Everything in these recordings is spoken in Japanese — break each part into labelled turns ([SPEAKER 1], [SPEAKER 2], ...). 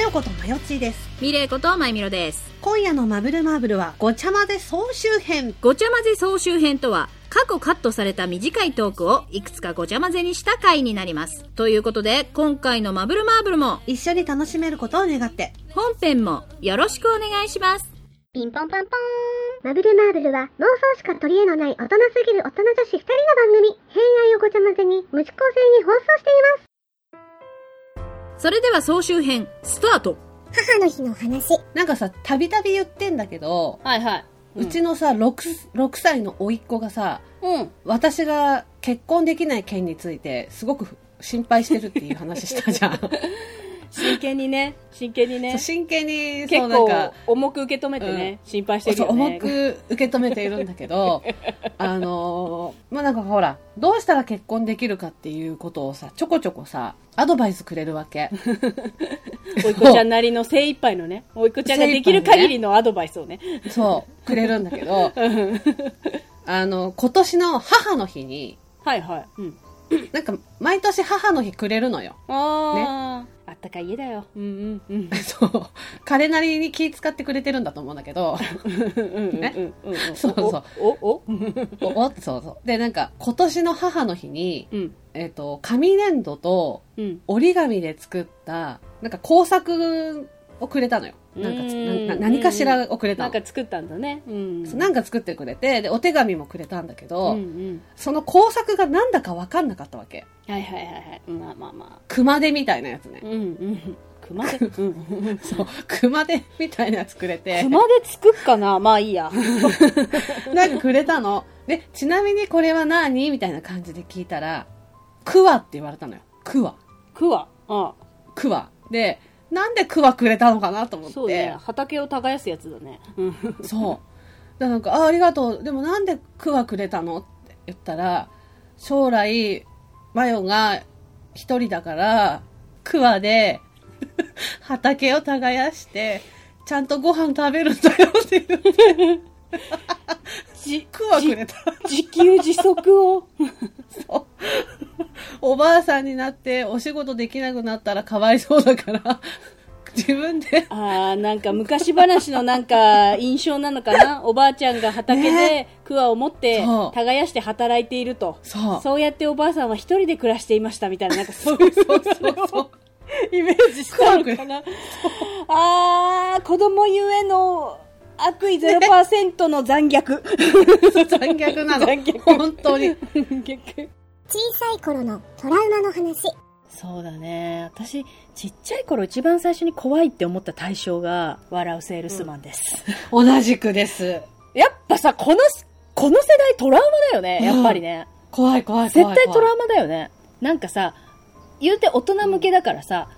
[SPEAKER 1] よことまよちです。
[SPEAKER 2] ミレイことまゆみろです。
[SPEAKER 1] 今夜のマブルマーブルはごちゃ混ぜ総集編。
[SPEAKER 2] ごちゃ混ぜ総集編とは、過去カットされた短いトークをいくつかごちゃ混ぜにした回になります。ということで、今回のマブルマーブルも、
[SPEAKER 1] 一緒に楽しめることを願って。
[SPEAKER 2] 本編もよろしくお願いします。
[SPEAKER 3] ピンポンパンポーン。マブルマーブルは妄想しか取り柄のない大人すぎる大人女子2人の番組。偏愛をごちゃ混ぜに無視構性に放送しています。
[SPEAKER 2] それでは総集編、スタート
[SPEAKER 3] 母の日の話。
[SPEAKER 1] なんかさ、たびたび言ってんだけど、
[SPEAKER 2] はいはい。
[SPEAKER 1] うちのさ、6、6歳の甥っ子がさ、
[SPEAKER 2] うん。
[SPEAKER 1] 私が結婚できない件について、すごく心配して るっていう話した じゃん。
[SPEAKER 4] 真剣にね真剣にね
[SPEAKER 1] そう真剣に、そ
[SPEAKER 4] 結
[SPEAKER 1] うなん
[SPEAKER 4] 構
[SPEAKER 1] か、
[SPEAKER 4] 重く受け止めてね、心配してる
[SPEAKER 1] そう
[SPEAKER 4] よね
[SPEAKER 1] 重く受け止めているんだけ どあのーまあなんかほらどうしたら結婚できるかっていうことをさちょこちょこさアドバイスくれるわ け
[SPEAKER 4] おいこちゃんなりの精一杯のねおいこちゃんができる限りのアドバイスをね
[SPEAKER 1] そうくれるんだけどあの今年の母の日に
[SPEAKER 4] はいはい、うん、
[SPEAKER 1] なんか毎年母の日くれる のよ
[SPEAKER 4] ああ、あったかい家だようんうんうん
[SPEAKER 1] そう彼なりに気使ってくれてるんだと思うんだけ ど
[SPEAKER 4] うんうんうん
[SPEAKER 1] ね
[SPEAKER 4] うんうん
[SPEAKER 1] そうそう
[SPEAKER 4] おおお
[SPEAKER 1] おおそうそうでなんか今年の母の日に、
[SPEAKER 4] うん
[SPEAKER 1] えっと紙粘土と
[SPEAKER 4] うん
[SPEAKER 1] 折り紙で作ったなんか工作をくれたのよなんかつ
[SPEAKER 4] う
[SPEAKER 1] なん
[SPEAKER 4] ん
[SPEAKER 1] か何かしらをくれた
[SPEAKER 4] なん
[SPEAKER 1] の
[SPEAKER 4] か作ったんだねうん
[SPEAKER 1] そうなんか作ってくれてでお手紙もくれたんだけど、
[SPEAKER 4] うんうん
[SPEAKER 1] その工作がなんだか分かんなかったわけ
[SPEAKER 4] はいはいはいはいまあまあま
[SPEAKER 1] 熊手みたいなやつね
[SPEAKER 4] あうんうん熊で、うん、
[SPEAKER 1] そう熊手みたいなやつくれて
[SPEAKER 4] 熊で作っかなまあいいや
[SPEAKER 1] なんかくれたのでちなみにこれは何みたいな感じで聞いたらクワって言われたのよクワ
[SPEAKER 4] くわあ
[SPEAKER 1] クワでなんでクワくれたのかなと思
[SPEAKER 4] あ
[SPEAKER 1] って
[SPEAKER 4] そうね畑を耕すやつだねうん
[SPEAKER 1] そう。だからなんか、あ、ありがとう。でもなんでクワくれたのって言ったら、将来、マヨが一人だから、クワで畑を耕して、ちゃんとご飯食べるんだよって言って、
[SPEAKER 4] じ
[SPEAKER 1] クワくれた。
[SPEAKER 4] 自給自足を
[SPEAKER 1] おばあさんになってお仕事できなくなったらかわいそうだから、自分で、
[SPEAKER 4] ああなんか昔話のなんか印象なのかなおばあちゃんが畑で桑を持って
[SPEAKER 1] そう
[SPEAKER 4] 耕して働いていると
[SPEAKER 1] そう
[SPEAKER 4] そうやっておばあさんは一人で暮らしていましたみたいななんかそう
[SPEAKER 1] そうそうそう。
[SPEAKER 4] イメージしたのかなあー子供ゆえの悪意0%の残虐
[SPEAKER 1] 残虐なの。
[SPEAKER 4] 残虐
[SPEAKER 1] 本当に。
[SPEAKER 4] 残虐
[SPEAKER 3] 小さい頃のトラウマの話。
[SPEAKER 4] そうだね私ちっちゃい頃一番最初に怖いって思った対象が笑うセールスマンです、
[SPEAKER 1] 同じくです。
[SPEAKER 4] やっぱさ、この、この世代トラウマだよね、やっぱりね。
[SPEAKER 1] 怖い怖い怖い怖い。
[SPEAKER 4] 絶対トラウマだよね。なんかさ、言うて大人向けだからさ、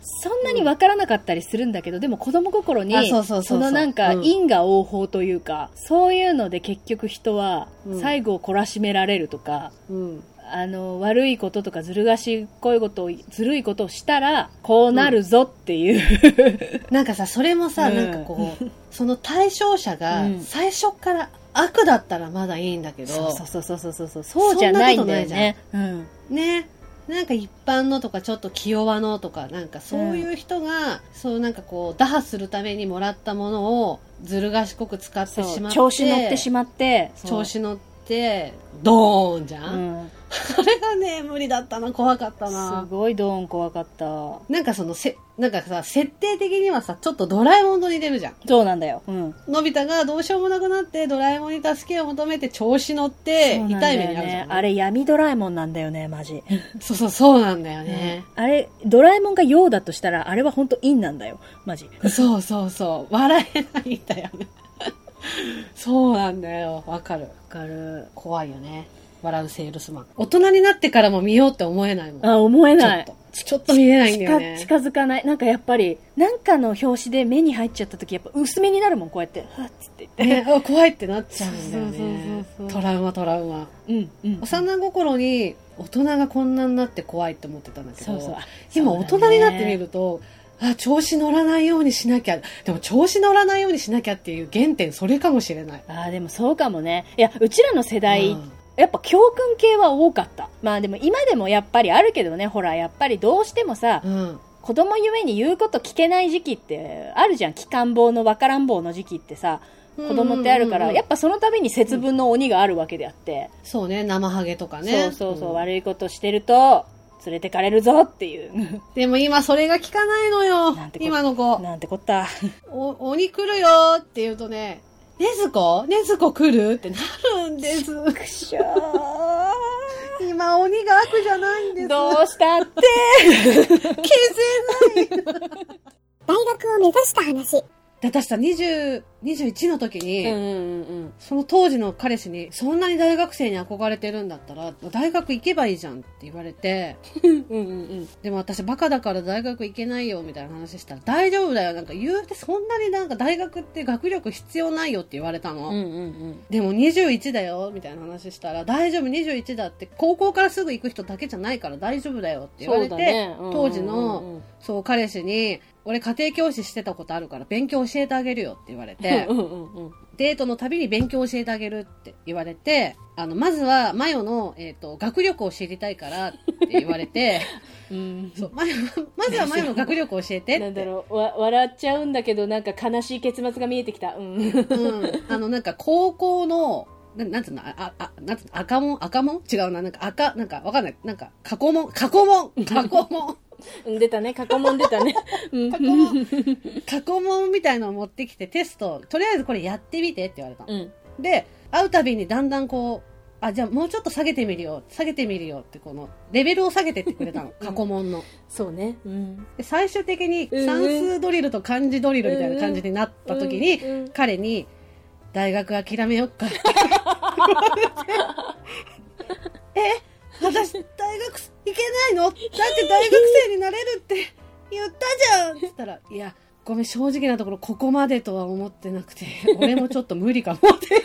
[SPEAKER 4] そんなに分からなかったりするんだけど、でも子供心
[SPEAKER 1] あ
[SPEAKER 4] に、
[SPEAKER 1] そうそうそうそう
[SPEAKER 4] のなんか
[SPEAKER 1] うん
[SPEAKER 4] 因果応報というか、そういうので結局人は
[SPEAKER 1] うん
[SPEAKER 4] 最後を懲らしめられるとか、
[SPEAKER 1] うん。
[SPEAKER 4] あの、悪いこととかずる賢いことを、ずるいことをしたら、こうなるぞっていう。
[SPEAKER 1] なんかさ、それもさ、
[SPEAKER 4] うん
[SPEAKER 1] なんかこ う、その対象者が
[SPEAKER 4] うん
[SPEAKER 1] 最初から悪だったらまだいいんだけど、
[SPEAKER 4] そうそうそうそうそうそう、そうじゃないんだよね。うん。
[SPEAKER 1] ね。なんか一般のとかちょっと気弱のとか、なんかそういう人が、そうなんかこう、打破するためにもらったものをずる賢く使ってしまって、
[SPEAKER 4] 調子乗ってしまって、そう
[SPEAKER 1] 調子乗って、ドーンじゃ、
[SPEAKER 4] うんん、
[SPEAKER 1] それがね、無理だったな、怖かった
[SPEAKER 4] す
[SPEAKER 1] な。
[SPEAKER 4] ごいドーン怖かった
[SPEAKER 1] なんかそのせ、なんかさ、設定的にはさ、ちょっとドラえもんと似てるじゃん。
[SPEAKER 4] そうなんだよ、うん、
[SPEAKER 1] のび太がどうしようもなくなってドラえもんに助けを求めて調子乗って
[SPEAKER 4] そうなん
[SPEAKER 1] 痛
[SPEAKER 4] だ
[SPEAKER 1] い
[SPEAKER 4] よ
[SPEAKER 1] 目に遭うじゃ
[SPEAKER 4] ね
[SPEAKER 1] ん、
[SPEAKER 4] あれ闇ドラえもんなんだよねマジ、
[SPEAKER 1] そうそうそうなんだよね、
[SPEAKER 4] あれドラえもんが陽だとしたらあれは本当陰なんだよマジ
[SPEAKER 1] そうそうそう笑えないんだよねそうなんだよわかる
[SPEAKER 4] わかる
[SPEAKER 1] 怖いよね笑うセールスマン大人になってからも見ようって思えないもん
[SPEAKER 4] あ思えない
[SPEAKER 1] ちょっとちょっと見えないんだよ
[SPEAKER 4] 近
[SPEAKER 1] ね
[SPEAKER 4] 近づかないなんかやっぱりなんかの表紙で目に入っちゃった時やっぱ薄めになるもんこうやってはっつって言って
[SPEAKER 1] ねあ怖いってなっちゃうんだよね
[SPEAKER 4] そうそうそうそ
[SPEAKER 1] ト
[SPEAKER 4] う
[SPEAKER 1] ラウマトラウマ
[SPEAKER 4] うんうん
[SPEAKER 1] 幼心に大人がこんなになって怖いって思ってたんだけど
[SPEAKER 4] そうそうあ
[SPEAKER 1] 今
[SPEAKER 4] そ
[SPEAKER 1] 大
[SPEAKER 4] うだね
[SPEAKER 1] 人になってみると、あ、調子乗らないようにしなきゃ。でも調子乗らないようにしなきゃっていう原点それかもしれない。
[SPEAKER 4] あーでもそうかもねいやうちらの世代、
[SPEAKER 1] うん
[SPEAKER 4] やっぱ教訓系は多かったまあでも今でもやっぱりあるけどねほらやっぱりどうしてもさ、
[SPEAKER 1] うん。
[SPEAKER 4] 子供ゆえに言うこと聞けない時期ってあるじゃん。期間棒のわからん棒の時期ってさ、子供ってあるか
[SPEAKER 1] うんうんう
[SPEAKER 4] ら、
[SPEAKER 1] んうん
[SPEAKER 4] やっぱその度に節分の鬼があるわけであって、
[SPEAKER 1] そうね、生ハゲとかね。
[SPEAKER 4] そうそうそう、
[SPEAKER 1] ん
[SPEAKER 4] 悪いことしてると、連れてかれるぞっていう。
[SPEAKER 1] でも今それが効かないのよ
[SPEAKER 4] なんて。こと
[SPEAKER 1] 今の子。
[SPEAKER 4] なんてこった。
[SPEAKER 1] お、鬼来るよって言うとね、ねずこねずこ来るってなるんです。
[SPEAKER 4] くしょー。
[SPEAKER 1] 今鬼が悪じゃないんです。
[SPEAKER 4] どうしたって。
[SPEAKER 1] 消せない。
[SPEAKER 3] 大学を目指した話。
[SPEAKER 1] で私さ、20、21の時に、
[SPEAKER 4] んうん
[SPEAKER 1] その当時の彼氏に、そんなに大学生に憧れてるんだったら、大学行けばいいじゃんって言われて、
[SPEAKER 4] うんうん
[SPEAKER 1] でも私バカだから大学行けないよみたいな話したら、大丈夫だよ。なんか言うてそんなになんか大学って学力必要ないよって言われたの。
[SPEAKER 4] うんうん
[SPEAKER 1] でも21だよみたいな話したら、大丈夫21だって、高校からすぐ行く人だけじゃないから大丈夫だよって言われて、当時の、そう、彼氏に、俺家庭教師してたことあるから勉強教えてあげるよって言われて、デートのたびに勉強教えてあげるって言われて、あの、まずは、マヨの、えっ、と、学力を知りたいからって言われ て、そう、マヨ、ま ずはマヨの学力を教えてって。
[SPEAKER 4] なんだろうわ笑っちゃうんだけどなんか悲しい結末が見えてきたうん
[SPEAKER 1] う ん、あの、なんか、高校の、ななんつうの、あ、あ、あなんつうの、赤門赤門違うな、なんか赤、なんか、わかんない。なんか、過去問過去問過去 問
[SPEAKER 4] うん出たね過去問出たね うん
[SPEAKER 1] 過去問過去問みたいのを持ってきてテスト、とりあえずこれやってみてって言われたの。
[SPEAKER 4] うん
[SPEAKER 1] で、会うたびにだんだんこう、あ、じゃあもうちょっと下げてみるよ、下げてみるよって、この、レベルを下げてってくれたの。 過去問の。
[SPEAKER 4] そうねうん
[SPEAKER 1] で、最終的に
[SPEAKER 4] うんうん
[SPEAKER 1] 算数ドリルと漢字ドリルみたいな感じになった時に、
[SPEAKER 4] うんうん
[SPEAKER 1] 彼に、大学諦めよっか って言われてえ、私大学行けないのだって大学生になれるって言ったじゃんって言ったら、いや、ごめん、正直なところここまでとは思ってなくて、俺もちょっと無理かも って。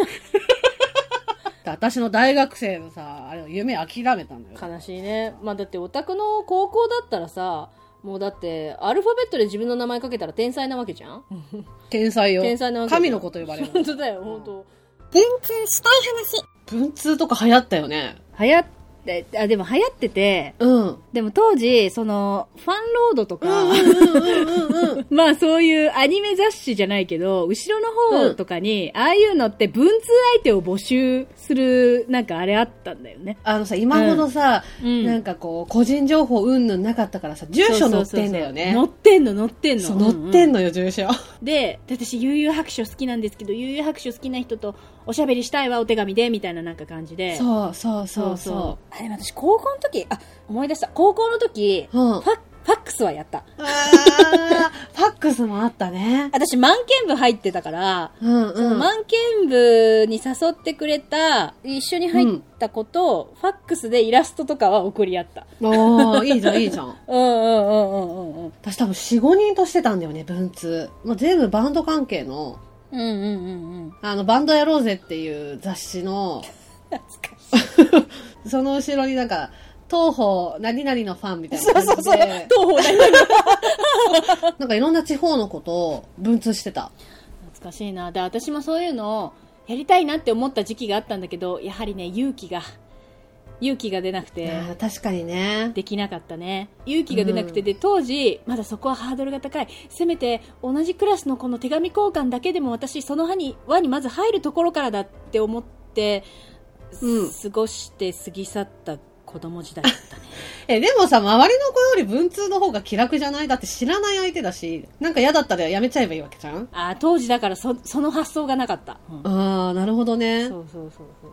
[SPEAKER 1] 私の大学生のさ、あれを夢諦めたんだよ。
[SPEAKER 4] 悲しいねまあだってオタクの高校だったらさもうだってアルファベットで自分の名前かけたら天才なわけじゃん
[SPEAKER 1] 天才よ。
[SPEAKER 4] 天才なわけじゃん
[SPEAKER 1] 神の子と呼ばれる。
[SPEAKER 4] 本当だよ本当
[SPEAKER 3] 文通したい話。
[SPEAKER 1] 文通とか流行ったよね。
[SPEAKER 4] 流行ってあでも流行ってて
[SPEAKER 1] うん。
[SPEAKER 4] でも当時そのファンロードとか、まあそういうアニメ雑誌じゃないけど、後ろの方とかに、ああいうのって文通相手を募集する、なんかあれあったんだよね。
[SPEAKER 1] あのさ、今ほどさ、
[SPEAKER 4] うん
[SPEAKER 1] なんかこう、個人情報うんぬんなかったからさ、住所載ってんだよね。
[SPEAKER 4] そうそうそうそう載ってんの載ってんの。
[SPEAKER 1] そう載って
[SPEAKER 4] の。
[SPEAKER 1] んのよ、住所。
[SPEAKER 4] で、私、悠々白書好きなんですけど、悠々白書好きな人とおしゃべりしたいわ、お手紙で、みたいななんか感じ で。。
[SPEAKER 1] そうそうそうそう
[SPEAKER 4] あ、でも私、高校の時、あ、思い出した。高校の時、
[SPEAKER 1] う。うん。あ
[SPEAKER 4] ファファックスはやった。
[SPEAKER 1] ーファックスもあったね。
[SPEAKER 4] 私、満見部入ってたから、
[SPEAKER 1] うん
[SPEAKER 4] その
[SPEAKER 1] うん。
[SPEAKER 4] 満見部に誘ってくれた、一緒に入った子と、ファックスでイラストとかは送り合った。
[SPEAKER 1] おー、いいじゃん、いいじゃん。
[SPEAKER 4] うんうんうんうんうんうん。
[SPEAKER 1] 私多分4、5人としてたんだよね、文通。まあ、全部バンド関係の、
[SPEAKER 4] うんうんうんうん。
[SPEAKER 1] あの、バンドやろうぜっていう雑誌の、
[SPEAKER 4] 懐かしい。
[SPEAKER 1] その後ろになんか、東方何々のファンみたいな感じで、
[SPEAKER 4] 東方だよ。
[SPEAKER 1] なんかいろんな地方のことを文通してた。
[SPEAKER 4] 懐かしいな。で、私もそういうのをやりたいなって思った時期があったんだけど、やはりね、勇気が、勇気が出なくて。
[SPEAKER 1] あー確かにね。
[SPEAKER 4] できなかったね勇気が出なくて、で当時まだそこはハードルが高いせめて同じクラスの子の手紙交換だけでも私その輪に輪にまず入るところからだって思って、
[SPEAKER 1] うん
[SPEAKER 4] 過ごして過ぎ去った子供時代だったね
[SPEAKER 1] え、でもさ、周りの子より文通の方が気楽じゃないだって知らない相手だし、なんか嫌だったらやめちゃえばいいわけじゃん
[SPEAKER 4] あー当時だからそその発想がなかった、うん
[SPEAKER 1] ああ、なるほどね。
[SPEAKER 4] そうそうそうそうそう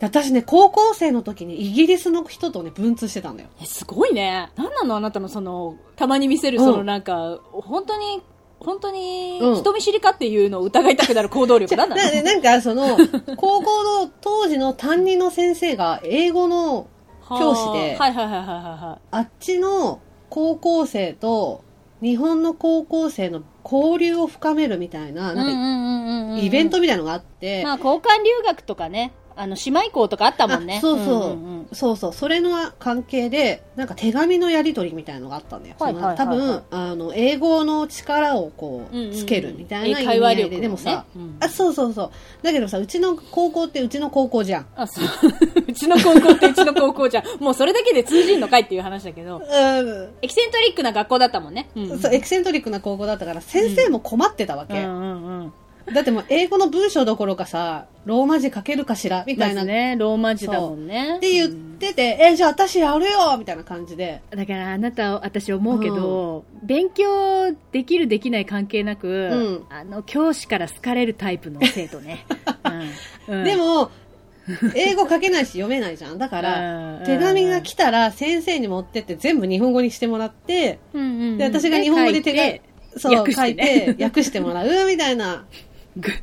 [SPEAKER 1] 私ね、高校生の時にイギリスの人とね、文通してたんだよ。
[SPEAKER 4] えすごいね何なのあなたのそのたまに見せるそのなんか、本当に本当に
[SPEAKER 1] うん
[SPEAKER 4] 人見知りかっていうのを疑いたくなる行動力何なの
[SPEAKER 1] ななんかその、高校の当時の担任の先生が英語の教師で
[SPEAKER 4] はあはいはいはいはいはいはい
[SPEAKER 1] あっちの高校生と日本の高校生の交流を深めるみたいな、なんか
[SPEAKER 4] うんうんうんうんうん
[SPEAKER 1] イベントみたいなのがあって、
[SPEAKER 4] まあ交換留学とかね
[SPEAKER 2] あの、姉妹校とかあったもんね。
[SPEAKER 1] あそうそう、
[SPEAKER 2] んんん
[SPEAKER 1] そうそう。それの関係で、なんか手紙のやり取りみたいのがあったんだよ。
[SPEAKER 2] はいはいはいはい
[SPEAKER 1] その多分、あの、英語の力をこ
[SPEAKER 2] うんうんう
[SPEAKER 1] う、
[SPEAKER 2] ん
[SPEAKER 1] つけるみたいな
[SPEAKER 2] 英会
[SPEAKER 1] 意味
[SPEAKER 2] 話
[SPEAKER 1] 合い
[SPEAKER 2] 力
[SPEAKER 1] で、
[SPEAKER 2] もね
[SPEAKER 1] でもさ、
[SPEAKER 2] うん
[SPEAKER 1] あ、そうそうそう。だけどさ、うちの高校ってうちの高校じゃん。
[SPEAKER 2] あ、そう。 うちの高校ってうちの高校じゃん。もうそれだけで通じんのかいっていう話だけど。
[SPEAKER 1] うん。
[SPEAKER 2] エキセントリックな学校だったもんね。うんうん
[SPEAKER 1] そう、エキセントリックな高校だったから、先生も困ってたわ
[SPEAKER 2] う
[SPEAKER 1] け。
[SPEAKER 2] んうんうん。
[SPEAKER 1] だってもう英語の文章どころかさ、ローマ字書けるかしらみ
[SPEAKER 2] み
[SPEAKER 1] たいな。
[SPEAKER 2] ね、ローマ字だもんね。
[SPEAKER 1] って言ってて、え、じゃあ私やるよみたいな感じで。
[SPEAKER 4] だからあなたを私思うけど、勉強できるできない関係なく、
[SPEAKER 1] うん
[SPEAKER 4] あの教師から好かれるタイプの生徒ね、うんうん
[SPEAKER 1] でも、英語書けないし読めないじゃん。だから、
[SPEAKER 4] うん
[SPEAKER 1] 手紙が来たら先生に持ってって全部日本語にしてもらって、
[SPEAKER 4] うんうん
[SPEAKER 1] で、私が日本語で手
[SPEAKER 4] 書い
[SPEAKER 1] 紙
[SPEAKER 4] て、
[SPEAKER 1] そう、
[SPEAKER 4] 訳
[SPEAKER 1] 書
[SPEAKER 4] して
[SPEAKER 1] い
[SPEAKER 4] ね
[SPEAKER 1] て、訳してもらうみたいな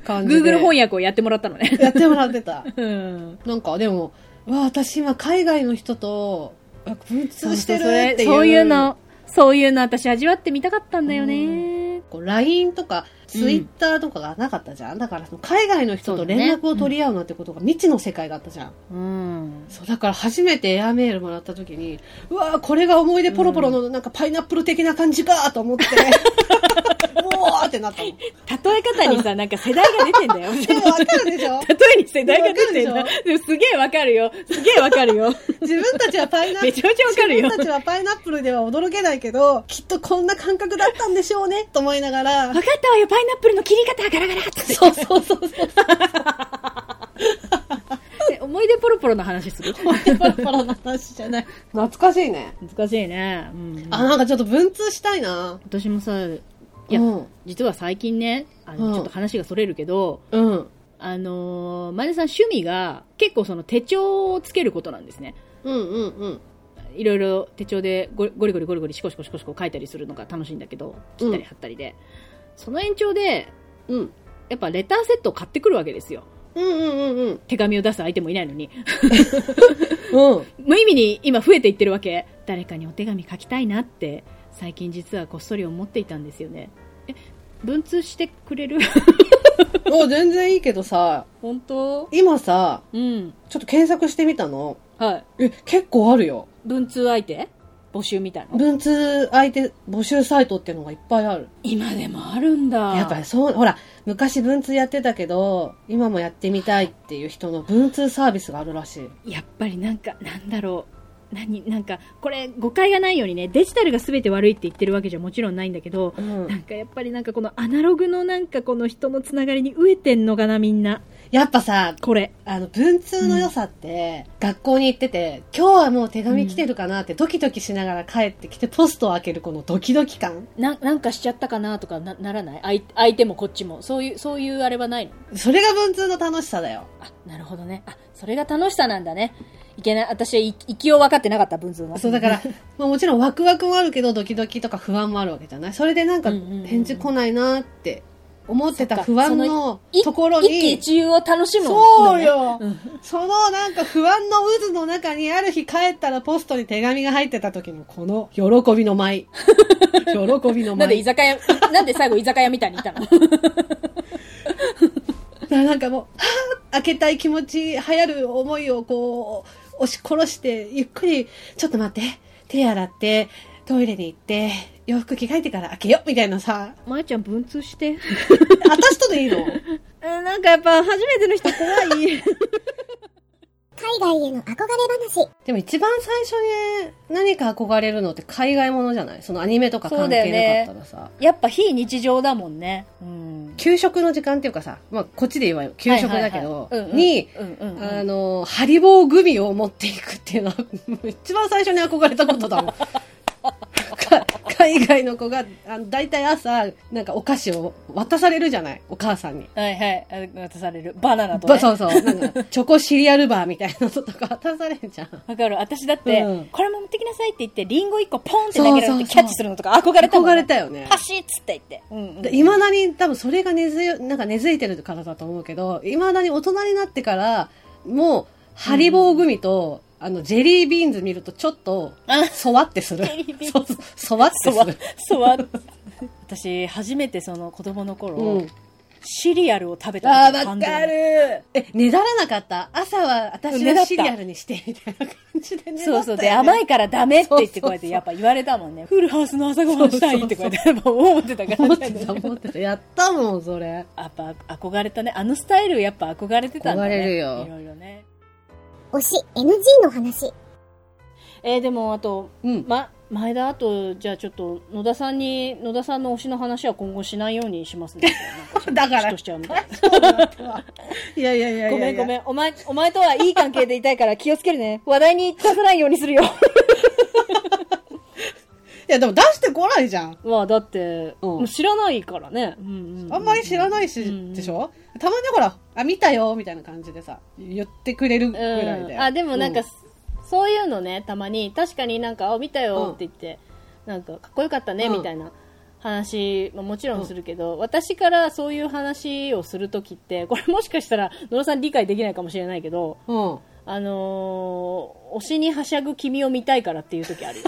[SPEAKER 1] 感じで。
[SPEAKER 4] Google 翻訳をやってもらったの ね、
[SPEAKER 1] やってもらってた。
[SPEAKER 4] うん、
[SPEAKER 1] なんかでも、わあ、私今海外の人と、あ文通してる
[SPEAKER 4] そう
[SPEAKER 1] っていう。
[SPEAKER 4] そういうのそういうの私味わってみたかったんだよね、
[SPEAKER 1] こう LINE とか Twitter とかがなかったじゃん、だからその海外の人
[SPEAKER 4] そ
[SPEAKER 1] と
[SPEAKER 4] うだね
[SPEAKER 1] 連絡を取り合うなんてことが未知の世界だったじゃん
[SPEAKER 4] うん、
[SPEAKER 1] そうだから初めてエアメールもらった時にうわーこれが思い出ポロポロのなんかパイナップル的な感じかと思って うわーってなったもんえ
[SPEAKER 2] 例え方にさ、なんか世代が出てんだよ。
[SPEAKER 1] わかるでしょ
[SPEAKER 4] 例えに世代が出てん
[SPEAKER 1] わ
[SPEAKER 4] だ
[SPEAKER 1] かる。
[SPEAKER 4] でもすげえわかるよ。すげえわかるよ。
[SPEAKER 1] 自分たちはパイナップ
[SPEAKER 4] め
[SPEAKER 1] ル
[SPEAKER 4] ちゃめちゃわかるよ
[SPEAKER 1] 自。分たちはパイナップルでは驚けないけどきっとこんな感覚だったんでしょうねと思いながら
[SPEAKER 4] わかったわよ、パイナップルの切り方ガラガラって。
[SPEAKER 1] そうそうそうそう
[SPEAKER 4] え思い出ポロポロの話する
[SPEAKER 1] パラパラな話じゃない懐かしいね
[SPEAKER 4] 難しいね。うん。
[SPEAKER 1] あなんかちょっと文通したいな
[SPEAKER 4] 私もさ、いや、
[SPEAKER 1] うん
[SPEAKER 4] 実は最近ね、あの、
[SPEAKER 1] うん
[SPEAKER 4] ちょっと話がそれるけど、
[SPEAKER 1] うん。
[SPEAKER 4] あのー前田さん趣味が結構その手帳をつけることなんですね。
[SPEAKER 1] うんうんうん。
[SPEAKER 4] いろいろ手帳でゴリゴリゴリゴリゴリシコシコシコシコ書いたりするのが楽しいんだけど、切ったり貼ったりで。その延長で、
[SPEAKER 1] うん。
[SPEAKER 4] やっぱレターセットを買ってくるわけですよ。
[SPEAKER 1] うんうんうんうん。
[SPEAKER 4] 手紙を出す相手もいないのに。
[SPEAKER 1] うん。
[SPEAKER 4] 無意味に今増えていってるわけ誰かにお手紙書きたいなって最近実はこっそり思っていたんですよねえ文通してくれる
[SPEAKER 1] お、全然いいけどさ、
[SPEAKER 4] 本当
[SPEAKER 1] 今さ、
[SPEAKER 4] うん
[SPEAKER 1] ちょっと検索してみたの。
[SPEAKER 4] はい
[SPEAKER 1] え、結構あるよ。
[SPEAKER 4] 文通相手募集みたいな
[SPEAKER 1] 文通相手募集サイトっていうのがいっぱいある。
[SPEAKER 4] 今でもあるんだ
[SPEAKER 1] やっぱりそう、ほら、昔文通やってたけど、今もやってみたいっていう人の文通サービスがあるらしい。
[SPEAKER 4] やっぱりなんかなんだろう何なんかこれ誤解がないようにねデジタルが全て悪いって言ってるわけじゃもちろんないんだけど
[SPEAKER 1] うん
[SPEAKER 4] なんかやっぱりなんかこのアナログのなんかこの人のつながりに飢えてんのかなみんな
[SPEAKER 1] やっぱさ、
[SPEAKER 4] これ
[SPEAKER 1] あの、文通の良さって、学校に行ってて、今日はもう手紙来てるかなってドキドキしながら帰ってきて、ポストを開けるこのドキドキ感。
[SPEAKER 2] ななんかしちゃったかなとかなならない相相手もこっちもそういうそういうあれはないの
[SPEAKER 1] それが文通の楽しさだよ。
[SPEAKER 2] あなるほどねあそれが楽しさなんだねいけない私い生きよう分かってなかった文通の
[SPEAKER 1] そう だから、まあ、もちろんワクワクもあるけどドキドキとか不安もあるわけじゃないそれでなんか
[SPEAKER 2] うんうんうん
[SPEAKER 1] 返事来ないなって思って
[SPEAKER 2] そ
[SPEAKER 1] た
[SPEAKER 2] っか
[SPEAKER 1] 不安
[SPEAKER 2] そ
[SPEAKER 1] の
[SPEAKER 2] い
[SPEAKER 1] ところに
[SPEAKER 2] 一喜一憂を楽しむの
[SPEAKER 1] そう
[SPEAKER 2] ね
[SPEAKER 1] よ、そのなんか不安の渦の中にある日帰ったらポストに手紙が入ってた時のこの喜びの 舞喜びの
[SPEAKER 2] なんで居
[SPEAKER 1] 舞
[SPEAKER 2] 酒屋、なんで最後居酒屋みたいにいたの
[SPEAKER 1] なんかもうあー開けたい気持ち流行る思いをこう押し殺してゆっくりちょっと待って手洗ってトイレに行って洋服着替えてから開けようみたいな さ
[SPEAKER 4] まやちゃん文通して
[SPEAKER 1] 私とでいいの
[SPEAKER 4] なんかやっぱ初めての人怖い
[SPEAKER 3] 海外への憧れ話。
[SPEAKER 1] でも一番最初に何か憧れるのって海外ものじゃないそのアニメとか
[SPEAKER 2] そう
[SPEAKER 1] 関
[SPEAKER 2] だよね
[SPEAKER 1] 係なかったらさ、
[SPEAKER 2] やっぱ非日常だもんね。うん。
[SPEAKER 1] 給食の時間っていうかさ、まあ、こっちで言えば給食だけ
[SPEAKER 2] は
[SPEAKER 1] ど、
[SPEAKER 2] いはいはいうんうん
[SPEAKER 1] に、
[SPEAKER 2] うんうんうん
[SPEAKER 1] あのハリボーグミを持っていくっていうのは 一番最初に憧れたこ とだもんか海外の子があの大体朝なんかお菓子を渡されるじゃないお母さんに。
[SPEAKER 2] はいはい。あ渡される。バナナと
[SPEAKER 1] ば
[SPEAKER 2] ね。
[SPEAKER 1] そうそう。なんか、チョコシリアルバーみたいなのとか渡される じゃん。
[SPEAKER 2] わかる。私だって、
[SPEAKER 1] うん
[SPEAKER 2] これも持ってきなさいって言って、リンゴ1個ポンって投げら
[SPEAKER 1] そう
[SPEAKER 2] れて
[SPEAKER 1] そうそう
[SPEAKER 2] キャッチするのとか憧れたもん、
[SPEAKER 1] 憧れたよね
[SPEAKER 2] パシッつって言って。うん、うん。
[SPEAKER 1] いまだに多分それが根付いなんか根付いてるからだと思うけどいまだに大人になってからもうハリボーグミと、あのジェリービーンズ見るとちょっとそわってする
[SPEAKER 2] ェリービーンズ
[SPEAKER 1] そうそうそわって
[SPEAKER 2] そわ
[SPEAKER 1] する、
[SPEAKER 2] そわ。私、初めてその子供の頃、
[SPEAKER 1] うん、
[SPEAKER 4] シリアルを食べ
[SPEAKER 1] あ
[SPEAKER 4] た
[SPEAKER 1] あ、
[SPEAKER 4] 時の
[SPEAKER 1] わ
[SPEAKER 4] 感動
[SPEAKER 1] かる。え、ねだらなかった朝は私
[SPEAKER 4] ねだ
[SPEAKER 1] は
[SPEAKER 4] った
[SPEAKER 1] シリアルにして、みたいな感じでね。
[SPEAKER 4] そうそう。で、甘
[SPEAKER 1] い。
[SPEAKER 4] いからダメって言ってこ
[SPEAKER 1] そううそうそう
[SPEAKER 4] やってやっぱ言われたもんね。フルハウスの朝ごはんしたいってこうやってやっぱ思ってたか
[SPEAKER 1] 思
[SPEAKER 4] ら
[SPEAKER 1] ってた、思ってた。やったもん、それ。
[SPEAKER 4] やっぱ憧れたね。あのスタイルやっぱ憧れてたんだ
[SPEAKER 1] 憧
[SPEAKER 4] ね。
[SPEAKER 1] れるよ
[SPEAKER 4] いろいろね。
[SPEAKER 3] 推し NG の話。
[SPEAKER 4] えーでもあと、
[SPEAKER 1] うん。
[SPEAKER 4] ま、前田あと、じゃあちょっと野田さんに、野田さんの推しの話は今後しないように しますね。
[SPEAKER 1] だ
[SPEAKER 4] なん
[SPEAKER 1] か
[SPEAKER 4] か嫉
[SPEAKER 1] ら
[SPEAKER 4] 妬し、ちゃうみたい
[SPEAKER 1] いやいやいやいや
[SPEAKER 4] な。ごめんご
[SPEAKER 1] ん。
[SPEAKER 4] めん。お前、お前とはいい関係でいたいから気をつけるね。話題に出さないようにす るよ。
[SPEAKER 1] いや、でも出してこないじゃん。
[SPEAKER 4] まあだって、
[SPEAKER 1] うん
[SPEAKER 4] もう知らないからね。うんうん、
[SPEAKER 1] あんまり知らないし、
[SPEAKER 4] うん
[SPEAKER 1] でしょたまにほら、あ、見たよ、みたいな感じでさ、言ってくれるぐらいで。
[SPEAKER 4] うん、あでもなんか、
[SPEAKER 1] う
[SPEAKER 4] そういうのねたまに確かになんか「あ見たよ」って言って、なんかかっこよかったね
[SPEAKER 1] うん
[SPEAKER 4] みたいな話、まあ、もちろんするけど、私からそういう話をする時ってこれもしかしたら野呂さん理解できないかもしれないけど
[SPEAKER 1] うん。
[SPEAKER 4] あのー推しにはしゃぐ君を見たいからっていう時あ るよ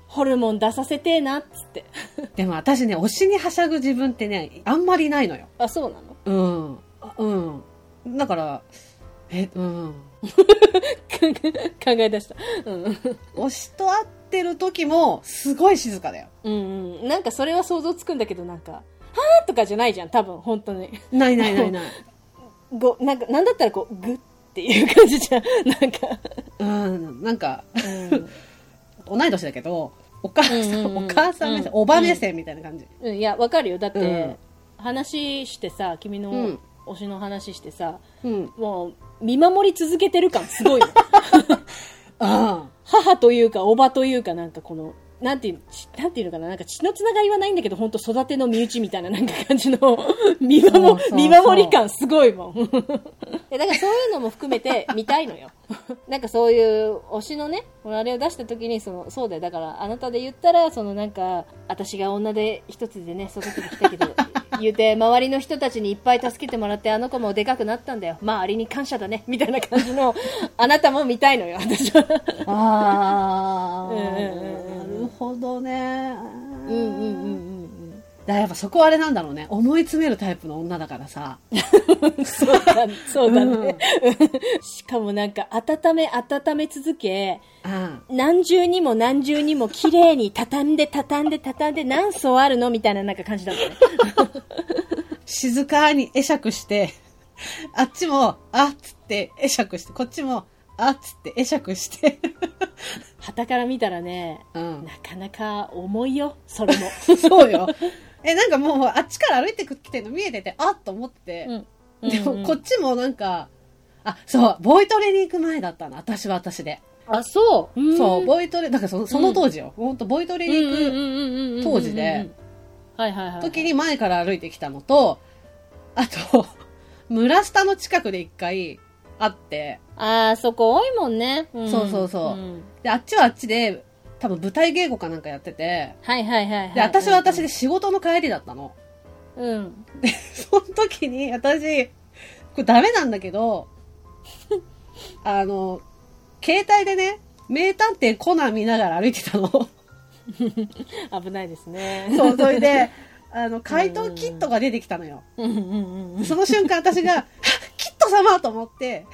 [SPEAKER 4] ホルモン出させてえなっつって
[SPEAKER 1] でも私ね、推しにはしゃぐ自分ってね、あんまりないのよ。
[SPEAKER 4] あそうなの
[SPEAKER 1] うん。うん。だから、え、うん。
[SPEAKER 4] 考え出した、うん、
[SPEAKER 1] 推しと会ってる時も、すごい静かだよ。
[SPEAKER 4] うんうん、なんかそれは想像つくんだけどなんか「はあ!」とかじゃないじゃん多分本当に
[SPEAKER 1] ないないない ない。
[SPEAKER 4] ごなんかなんだったらこうグッっていう感じじゃん なんか、
[SPEAKER 1] うん。なんか、
[SPEAKER 4] う ん
[SPEAKER 1] 同い年だけど、お母さ
[SPEAKER 4] うん
[SPEAKER 1] ん、
[SPEAKER 4] うんうん
[SPEAKER 1] お母さん目線、
[SPEAKER 4] うん
[SPEAKER 1] おば目線みたいな感じ。
[SPEAKER 4] うん、いやわかるよだって、
[SPEAKER 1] うん
[SPEAKER 4] 話してさ君の
[SPEAKER 1] うん
[SPEAKER 4] 推しの話してさ、
[SPEAKER 1] うん。
[SPEAKER 4] もう見守り続けてる感す ごいよ
[SPEAKER 1] あ
[SPEAKER 4] 母というかおばというかなんかこのなんていうちなんていうのかななんか血のつながりはないんだけど本当育ての身内みたいななんか感じの 見守
[SPEAKER 1] そうそうそう
[SPEAKER 4] 見守り感すごいもん えだからそういうのも含めて見たいのよ なんかそういう推しのね俺あれを出した時にそのそうだよだからあなたで言ったらそのなんか私が女で一つでね育ててきたけど 言うて周りの人たちにいっぱい助けてもらってあの子もでかくなったんだよまああれに感謝だねみたいな感じのあなたも見たいのよ私は
[SPEAKER 1] あ。ああ。
[SPEAKER 4] うんうんうん
[SPEAKER 1] なるほどね。
[SPEAKER 4] うんうんうんうんうん
[SPEAKER 1] だからやっぱそこはあれなんだろうね。思い詰めるタイプの女だからさ。
[SPEAKER 4] そうだそうだね、しかもなんか温め温め続け
[SPEAKER 1] うん。
[SPEAKER 4] 何重にも何重にも綺麗に畳んで畳んで畳んで何層あるのみたいななんか感じだったね
[SPEAKER 1] 静かに会釈して、あっちも、あっつって会釈して、こっちも、あっつって会釈して。
[SPEAKER 4] 旗から見たらね
[SPEAKER 1] うん
[SPEAKER 4] な。かなか重いよそれも
[SPEAKER 1] そうよ。え、なんかもう、あっちから歩いてきてるの見えてて、あっと思って、
[SPEAKER 4] うん
[SPEAKER 1] で
[SPEAKER 4] うん
[SPEAKER 1] も、こっちもなんか、あ、そう、ボイトレに行く前だったの。私は私で。
[SPEAKER 4] あそう
[SPEAKER 1] そう、
[SPEAKER 4] う
[SPEAKER 1] ボイトレ、だからそのその当時よ。ほんと、ボイトレに行く
[SPEAKER 4] 行
[SPEAKER 1] 当時で
[SPEAKER 4] はいはいはい
[SPEAKER 1] 時に前から歩いてきたのと、あと、 村下の近くで一回会って、
[SPEAKER 4] ああそこ多いもんね、ん
[SPEAKER 1] そうそうそうんで、あっちはあっちで、多分舞台稽古かなんかやってて、
[SPEAKER 4] はいはいはいはい
[SPEAKER 1] で、私は私で仕事の帰りだったの。
[SPEAKER 4] うん
[SPEAKER 1] その時に、私、これダメなんだけ ど、あの、携帯でね、名探偵コナン見ながら歩いてた の。そ
[SPEAKER 4] 危ないですね
[SPEAKER 1] う、それで、あの、怪盗キットが出てきたのよ。
[SPEAKER 4] うんうんうん
[SPEAKER 1] その瞬間私 が、あキット様と思って、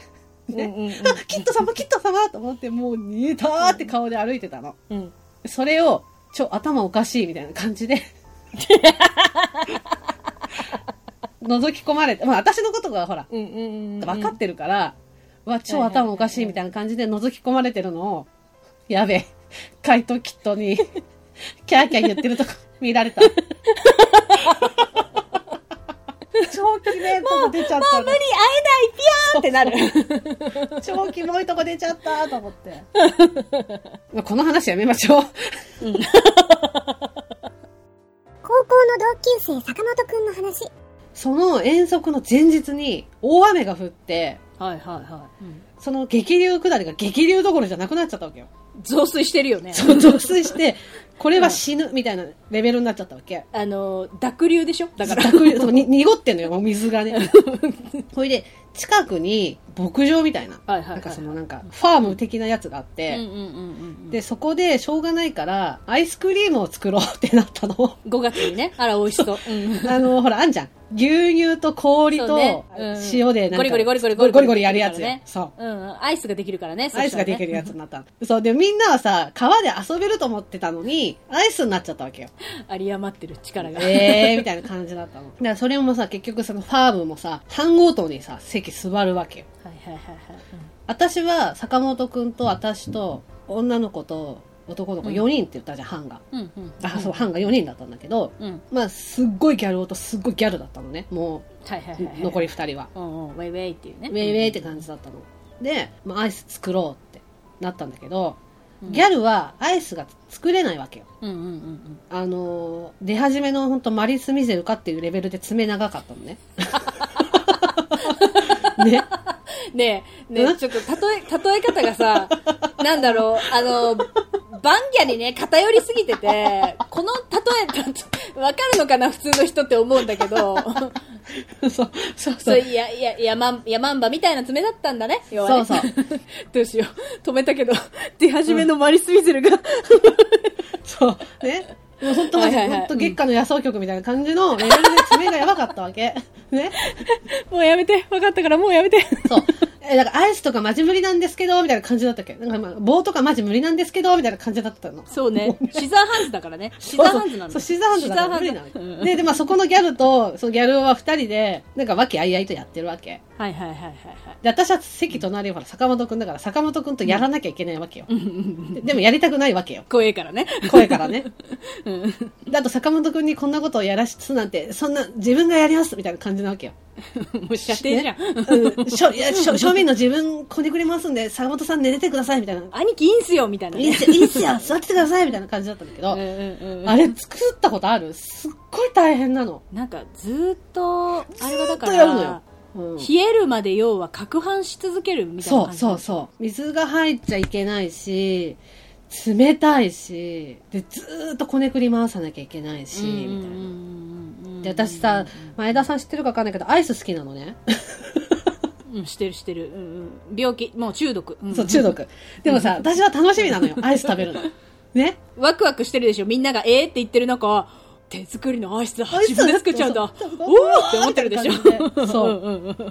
[SPEAKER 4] うん
[SPEAKER 1] ね、
[SPEAKER 4] うん
[SPEAKER 1] あキット様、キット様と思って、もう逃げたーって顔で歩いてたの。
[SPEAKER 4] うん
[SPEAKER 1] それを、ちょ、頭おかしいみたいな感じ で、覗き込まれて、まあ私のことがほら、
[SPEAKER 4] うんうんうんうん
[SPEAKER 1] 分かってるから、うわ、超
[SPEAKER 4] はいはいはいはい
[SPEAKER 1] 頭おかしいみたいな感じで覗き込まれてるのを、やべえ、怪盗キット に、キャーキャー言ってるとこ見られた。超キモいとこ出ちゃった
[SPEAKER 4] 無理会えないピャーンってなる
[SPEAKER 1] の。超キモいとこ出ちゃったと思って。まあ この話やめましょう。
[SPEAKER 3] 高校の同級生坂本くんの話。
[SPEAKER 1] その遠足の前日に大雨が降って、
[SPEAKER 4] はいはいはい、
[SPEAKER 1] その激流下りが激流どころじゃなくなっちゃったわけよ。
[SPEAKER 4] 増水してるよね
[SPEAKER 1] そう増水して、これは死ぬみたいなレベルになっちゃったわけ。
[SPEAKER 4] あの濁流でしょだから
[SPEAKER 1] 濁流そうに濁ってんのよ、もう水がね。ほいで、近くに牧場みたいな、
[SPEAKER 4] はいはいはい
[SPEAKER 1] なんかそのなんかファーム的なやつがあって、
[SPEAKER 4] うんうんうんうん
[SPEAKER 1] で、そこでしょうがないから、アイスクリームを作ろうってなったの。
[SPEAKER 4] 5月 にね、あら、美味しそう。うん
[SPEAKER 1] あの、ほら、あんじゃん。牛乳と氷
[SPEAKER 4] そうね
[SPEAKER 1] と
[SPEAKER 4] うん
[SPEAKER 1] 塩でなんか、
[SPEAKER 4] ゴリゴリゴリゴリ
[SPEAKER 1] ゴリゴリやるやつよ
[SPEAKER 4] ね
[SPEAKER 1] そう。
[SPEAKER 4] うん、アイスができるからね。そ
[SPEAKER 1] アイス
[SPEAKER 4] した
[SPEAKER 1] が
[SPEAKER 4] らね
[SPEAKER 1] できるやつになったの。そう。で、みんなはさ、川で遊べると思ってたのに、アイスになっちゃったわけよ。
[SPEAKER 4] あり余ってる力が。
[SPEAKER 1] えー、みたいな感じだ ったの。だからそれもさ、結局そのファームもさ、班ごとにさ、席座るわけよ。
[SPEAKER 4] はいはいはいはい。
[SPEAKER 1] 私は坂本くんと私と女の子と男の子4人って言ったじゃん、班が。
[SPEAKER 4] うんうん。
[SPEAKER 1] あ、そう、班が4人だったんだけど、
[SPEAKER 4] うん。
[SPEAKER 1] まあ、すっごいギャル男とすっごいギャルだったのね。も
[SPEAKER 4] はいはいうは、い。
[SPEAKER 1] 残
[SPEAKER 4] り。
[SPEAKER 1] り2人は。
[SPEAKER 4] うんうん。ウェイウェイっていうね。
[SPEAKER 1] ウェイウェイって感じだったの。で、まあ、アイス作ろうってなったんだけど、
[SPEAKER 4] うん
[SPEAKER 1] ギャルはアイスが作れないわけよ。
[SPEAKER 4] うんうんうん
[SPEAKER 1] あのー出始めの本当マリス・ミゼルかっていうレベルで爪長かったの ね。ね。
[SPEAKER 4] うん。ねえ、ねえ、ちょっと例え、例え方がさ、なんだろう、あの、バンギャにね、偏りすぎてて、この例え、わかるのかな、普通の人って思うんだけど、
[SPEAKER 1] そう、そう
[SPEAKER 4] そ、
[SPEAKER 1] そうう。
[SPEAKER 4] いや、いや、ヤマン、ヤマンバみたいな爪だったんだね、要はね
[SPEAKER 1] そうそう。
[SPEAKER 4] どうしよう。止めたけど、出始めのマリス・ミゼルが、
[SPEAKER 1] そう。ね。もう本当マジ
[SPEAKER 4] はいはいはい
[SPEAKER 1] 本当月下の野草曲みたいな感じのレベルで爪がやばかったわけ。ね。
[SPEAKER 4] もうやめて、分かったからもうやめて。
[SPEAKER 1] そう。え、だからアイスとかマジ無理なんですけど、みたいな感じだったっけなんか、まあ、棒とかマジ無理なんですけど、みたいな感じだったの。
[SPEAKER 4] そうね。シザーハンズだからね。シザーハンズなんだ。
[SPEAKER 1] そう、シザーハンズだから無理なの。で、で、まあそこのギャルと、そのギャル男は二人で、なんか和気あいあいとやってるわけ。
[SPEAKER 4] はいはいはいはいはい。
[SPEAKER 1] で、私は席隣はほら坂本くんだから、坂本くんとやらなきゃいけないわけよ。ででもやりたくないわけよ。
[SPEAKER 4] 怖えからね。
[SPEAKER 1] 声からね。
[SPEAKER 4] うん。
[SPEAKER 1] であと坂本くんにこんなことをやらすなんて、そんな自分がやりますみたいな感じなわけよ。
[SPEAKER 4] もう射程じゃん。
[SPEAKER 1] うん、しょいやしょ庶民の自分こねくりますんで、坂本さん寝ててくださいみたいな。
[SPEAKER 4] 兄貴いいんすよみたいない
[SPEAKER 1] いっ
[SPEAKER 4] ね。
[SPEAKER 1] すよ、いいっすよ、座っててくださいみたいな感じだったんだけ
[SPEAKER 4] う
[SPEAKER 1] ど
[SPEAKER 4] ん、うんうん。
[SPEAKER 1] あれ作ったことあるすっごい大変なの。
[SPEAKER 4] なんかずーっと、あれはだか
[SPEAKER 1] ずっとやるのよ、
[SPEAKER 4] ら
[SPEAKER 1] うん
[SPEAKER 4] 冷えるまで要は攪拌し続けるみたいな
[SPEAKER 1] そ
[SPEAKER 4] 感
[SPEAKER 1] う
[SPEAKER 4] じ。
[SPEAKER 1] そうそう。水が入っちゃいけないし、冷たいし、で、ずーっとこねくり回さなきゃいけないし、
[SPEAKER 4] うんうん
[SPEAKER 1] みたいな。
[SPEAKER 4] うんうん。
[SPEAKER 1] で、私さ、前田さん知ってるかわかんないけど、アイス好きなの ね。
[SPEAKER 4] うん、してるしてる。うんうん。病気、もう中毒。ん
[SPEAKER 1] そう、中。毒。でもさ、私は楽しみなのよ。アイス食べるの。ね
[SPEAKER 4] ワクワクしてるでしょみんなが、えーって言ってる中、手作りのアイスだ。自分で作っちゃうんだ。お
[SPEAKER 1] そうそうそう
[SPEAKER 4] ーって思ってるでし
[SPEAKER 1] みたいな感じ
[SPEAKER 4] ょ
[SPEAKER 1] でそうん
[SPEAKER 4] うんうん。
[SPEAKER 1] で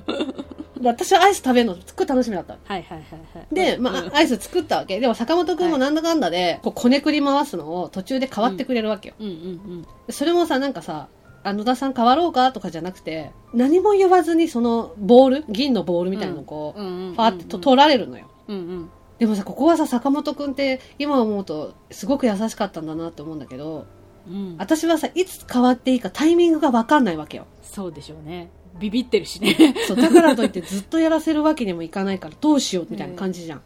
[SPEAKER 1] 私はアイス食べるの、すっごい楽しみだった。
[SPEAKER 4] はいはいはいはい。
[SPEAKER 1] で、まあ、アイス作ったわけ。でも、坂本くんもなんだかんだで、こう、こねくり回すのを途中で変わってくれるわけよ。
[SPEAKER 4] うんうん
[SPEAKER 1] それもさ、なんかさ、あ野田さん変わろうかとかじゃなくて、何も言わずにそのボール、銀のボールみたいなのをこ
[SPEAKER 4] うんうんうんうんうん
[SPEAKER 1] う、パーってと取られるのよ。
[SPEAKER 4] うん。うんうん。
[SPEAKER 1] でもさ、ここはさ、坂本くんって今思うとすごく優しかったんだなって思うんだけど、
[SPEAKER 4] うん、
[SPEAKER 1] 私はさ、いつ変わっていいかタイミングがわかんないわけよ。
[SPEAKER 4] そうでしょうね。ビビってるしね。
[SPEAKER 1] そう、だからといってずっとやらせるわけにもいかないからどうしようみたいな感じじゃん。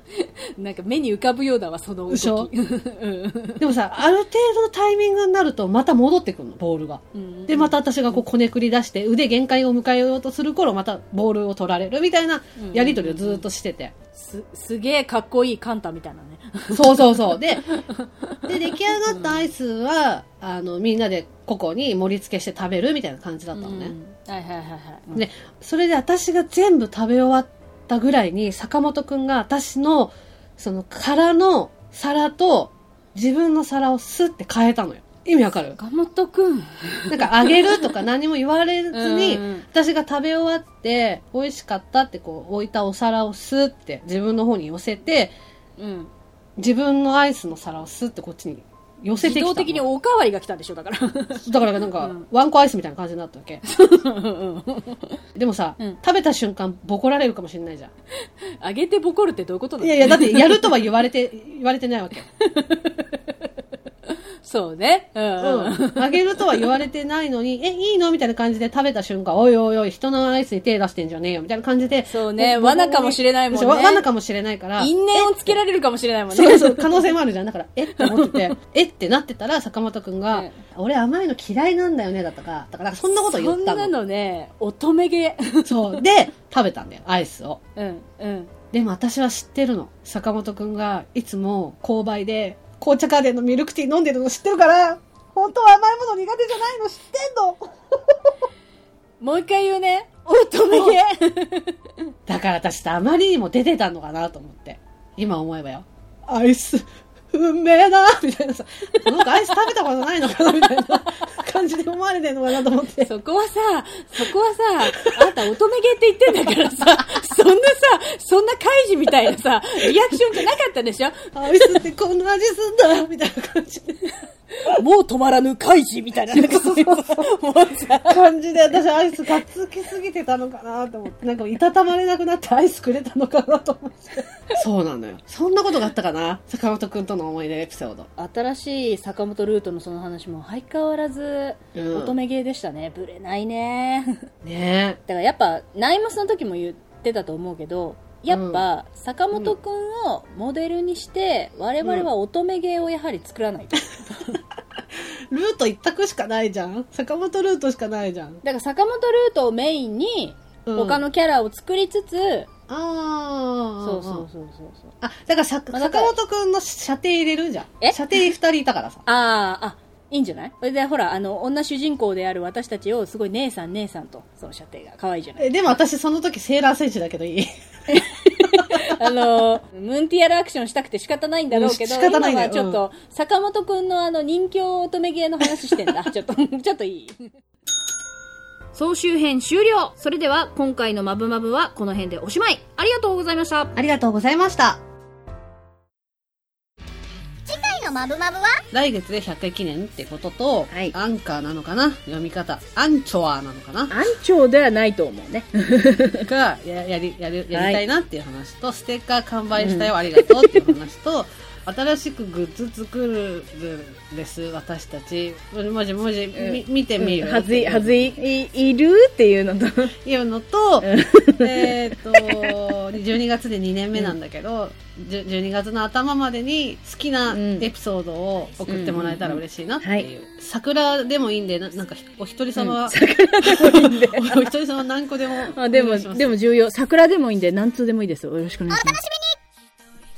[SPEAKER 4] なんか目に浮かぶようだわ、その動
[SPEAKER 1] で
[SPEAKER 4] き。
[SPEAKER 1] し ょ
[SPEAKER 4] うん
[SPEAKER 1] でもさ、ある程度のタイミングになるとまた戻ってくるの、ボールが。
[SPEAKER 4] うん
[SPEAKER 1] で、また私がこう、こねくり出して、腕限界を迎えようとする頃、またボールを取られるみたいなやりとりをずっとしてて。
[SPEAKER 4] す、すげえかっこいいカンタみたいなね。
[SPEAKER 1] そうそうそう。で、で、出来上がったアイスは、あの、みんなでここに盛り付けして食べるみたいな感じだったのね。
[SPEAKER 4] うんはいはいはいはい。
[SPEAKER 1] で、それで私が全部食べ終わったぐらいに、坂本くんが私の、その、空の皿と、自分の皿をスッて変えたのよ。意味わかる
[SPEAKER 4] 岡本くん。
[SPEAKER 1] なんかあげるとか 何も言われずに
[SPEAKER 4] うんうん、
[SPEAKER 1] 私が食べ終わって、美味しかったってこう置いたお皿をスーって自分の方に寄せて、
[SPEAKER 4] うん。
[SPEAKER 1] 自分のアイスの皿をスーってこっちに寄せてき
[SPEAKER 4] 自
[SPEAKER 1] たの。
[SPEAKER 4] 動的におかわりが来たんでしょ、だから。
[SPEAKER 1] だからなんか、ワンコアイスみたいな感じになったわけ。でもさ、
[SPEAKER 4] うん
[SPEAKER 1] 食べた瞬間ボコられるかもしれないじゃん。
[SPEAKER 4] あげてボコるってどういうことなの
[SPEAKER 1] いやいや、だってやるとは言われて、言われてないわけ。
[SPEAKER 4] そうね。うんうん。
[SPEAKER 1] うん。あげるとは言われてないのに、え、いいのみたいな感じで食べた瞬間、おいおいおい、人のアイスに手出してんじゃねえよ、みたいな感じで。
[SPEAKER 4] そうね
[SPEAKER 1] ボコボコ
[SPEAKER 4] 罠かもしれないもんね
[SPEAKER 1] わ罠かもしれないから。
[SPEAKER 4] 因縁をつけられるかもしれないもんね。
[SPEAKER 1] そうそう、可能性もあるじゃん。だから、えって思ってて、えってなってたら、坂本くんが
[SPEAKER 4] ね、
[SPEAKER 1] 俺甘いの嫌いなんだよね、だったから、だからそんなこと言っ
[SPEAKER 4] そ
[SPEAKER 1] た
[SPEAKER 4] んな
[SPEAKER 1] の。
[SPEAKER 4] のね、乙女げ。
[SPEAKER 1] そう。で、食べたんだよ、アイスを。
[SPEAKER 4] うん、うん。
[SPEAKER 1] でも私は知ってるの。坂本くんが、いつも、購買で、紅茶ガーデンのミルクティー飲んでるの知ってるから、本当は甘いもの苦手じゃないの知ってんの
[SPEAKER 4] もう一回言うね。乙女げ。
[SPEAKER 1] だから私あまりにも出てたのかなと思って。今思えばよ。アイス、うんめえなみたいなさ。なんかアイス食べたことないのかなみたいな感じで思われてるのかなと思って。
[SPEAKER 4] そこはさ、そこはさ、あなた乙女芸って言ってんだからさ、そんなさ、そんな怪示みたいなさ、リアクションじゃなかったでしょ
[SPEAKER 1] アイスってこんな味すんだみたいな感じで。
[SPEAKER 4] もう止まらぬ怪示みたいな。なんかそうもうさ、
[SPEAKER 1] 感じで私アイスがっつきすぎてたのかなと思って。なんかいたたまれなくなってアイスくれたのかなと思って。そうなのよ。そんなことがあったかな坂本くんとの思い出エピソード。
[SPEAKER 4] 新しい坂本ルートのその話も相変わらず、
[SPEAKER 1] うん
[SPEAKER 4] 乙女芸でしたね。ブレないね。
[SPEAKER 1] ね
[SPEAKER 4] だからやっぱナイムスの時も言ってたと思うけどやっぱ坂本くんをモデルにして我々は乙女芸をやはり作らないと、
[SPEAKER 1] ルート一択しかないじゃん坂本ルートしかないじゃん。
[SPEAKER 4] だから坂本ルートをメインに
[SPEAKER 1] うん
[SPEAKER 4] 他のキャラを作りつつ、
[SPEAKER 1] ああ。
[SPEAKER 4] そうそうそうそうそう
[SPEAKER 1] あ、だからさ
[SPEAKER 4] まあだから
[SPEAKER 1] 坂本くんの射程入れるじゃん。
[SPEAKER 4] え
[SPEAKER 1] 射程二人いたからさ。
[SPEAKER 4] あああいいんじゃないそれでほらあの女主人公である私たちをすごい姉さん姉さんとその射程が可愛いじゃない
[SPEAKER 1] えでも私その時セーラー戦士だけどいい。
[SPEAKER 4] あのムンティアルアクションしたくて仕方ないんだろうけど、
[SPEAKER 1] うん仕方ないん
[SPEAKER 4] 今
[SPEAKER 1] だよ
[SPEAKER 4] はちょっと坂本くんのあの人形乙女芸の話してん だちょっとちょっといい
[SPEAKER 2] 総集編終了それでは今回の「まぶまぶ」はこの辺でおしまいありがとうございました
[SPEAKER 1] ありがとうございました。
[SPEAKER 3] 次回のマブマブは
[SPEAKER 1] 来月で100回記念ってことと、
[SPEAKER 2] はい
[SPEAKER 1] アンカーなのかな読み方。アンチョアーなのかな
[SPEAKER 2] 安長ではないと思うね
[SPEAKER 1] がややりやるやりたいなっていう話と、ステッカー完売したよ、ありがとうっていう話 と新しくグッズ作るんです私たち文字文字、み見てみる、
[SPEAKER 2] いいいるっていうのと
[SPEAKER 1] いうのと、 えっと、12月で2年目なんだけど、じゅ12月の頭までに好きなエピソードを送ってもらえたら嬉しいなっていう。桜でもいいんで、ななんかひお一人様、桜でもいいんで。 お一人様何個でも。
[SPEAKER 2] あで
[SPEAKER 1] お
[SPEAKER 2] も
[SPEAKER 1] 願いします
[SPEAKER 2] でも重要桜でもいいんで何通でもいいですよよろしくお願いします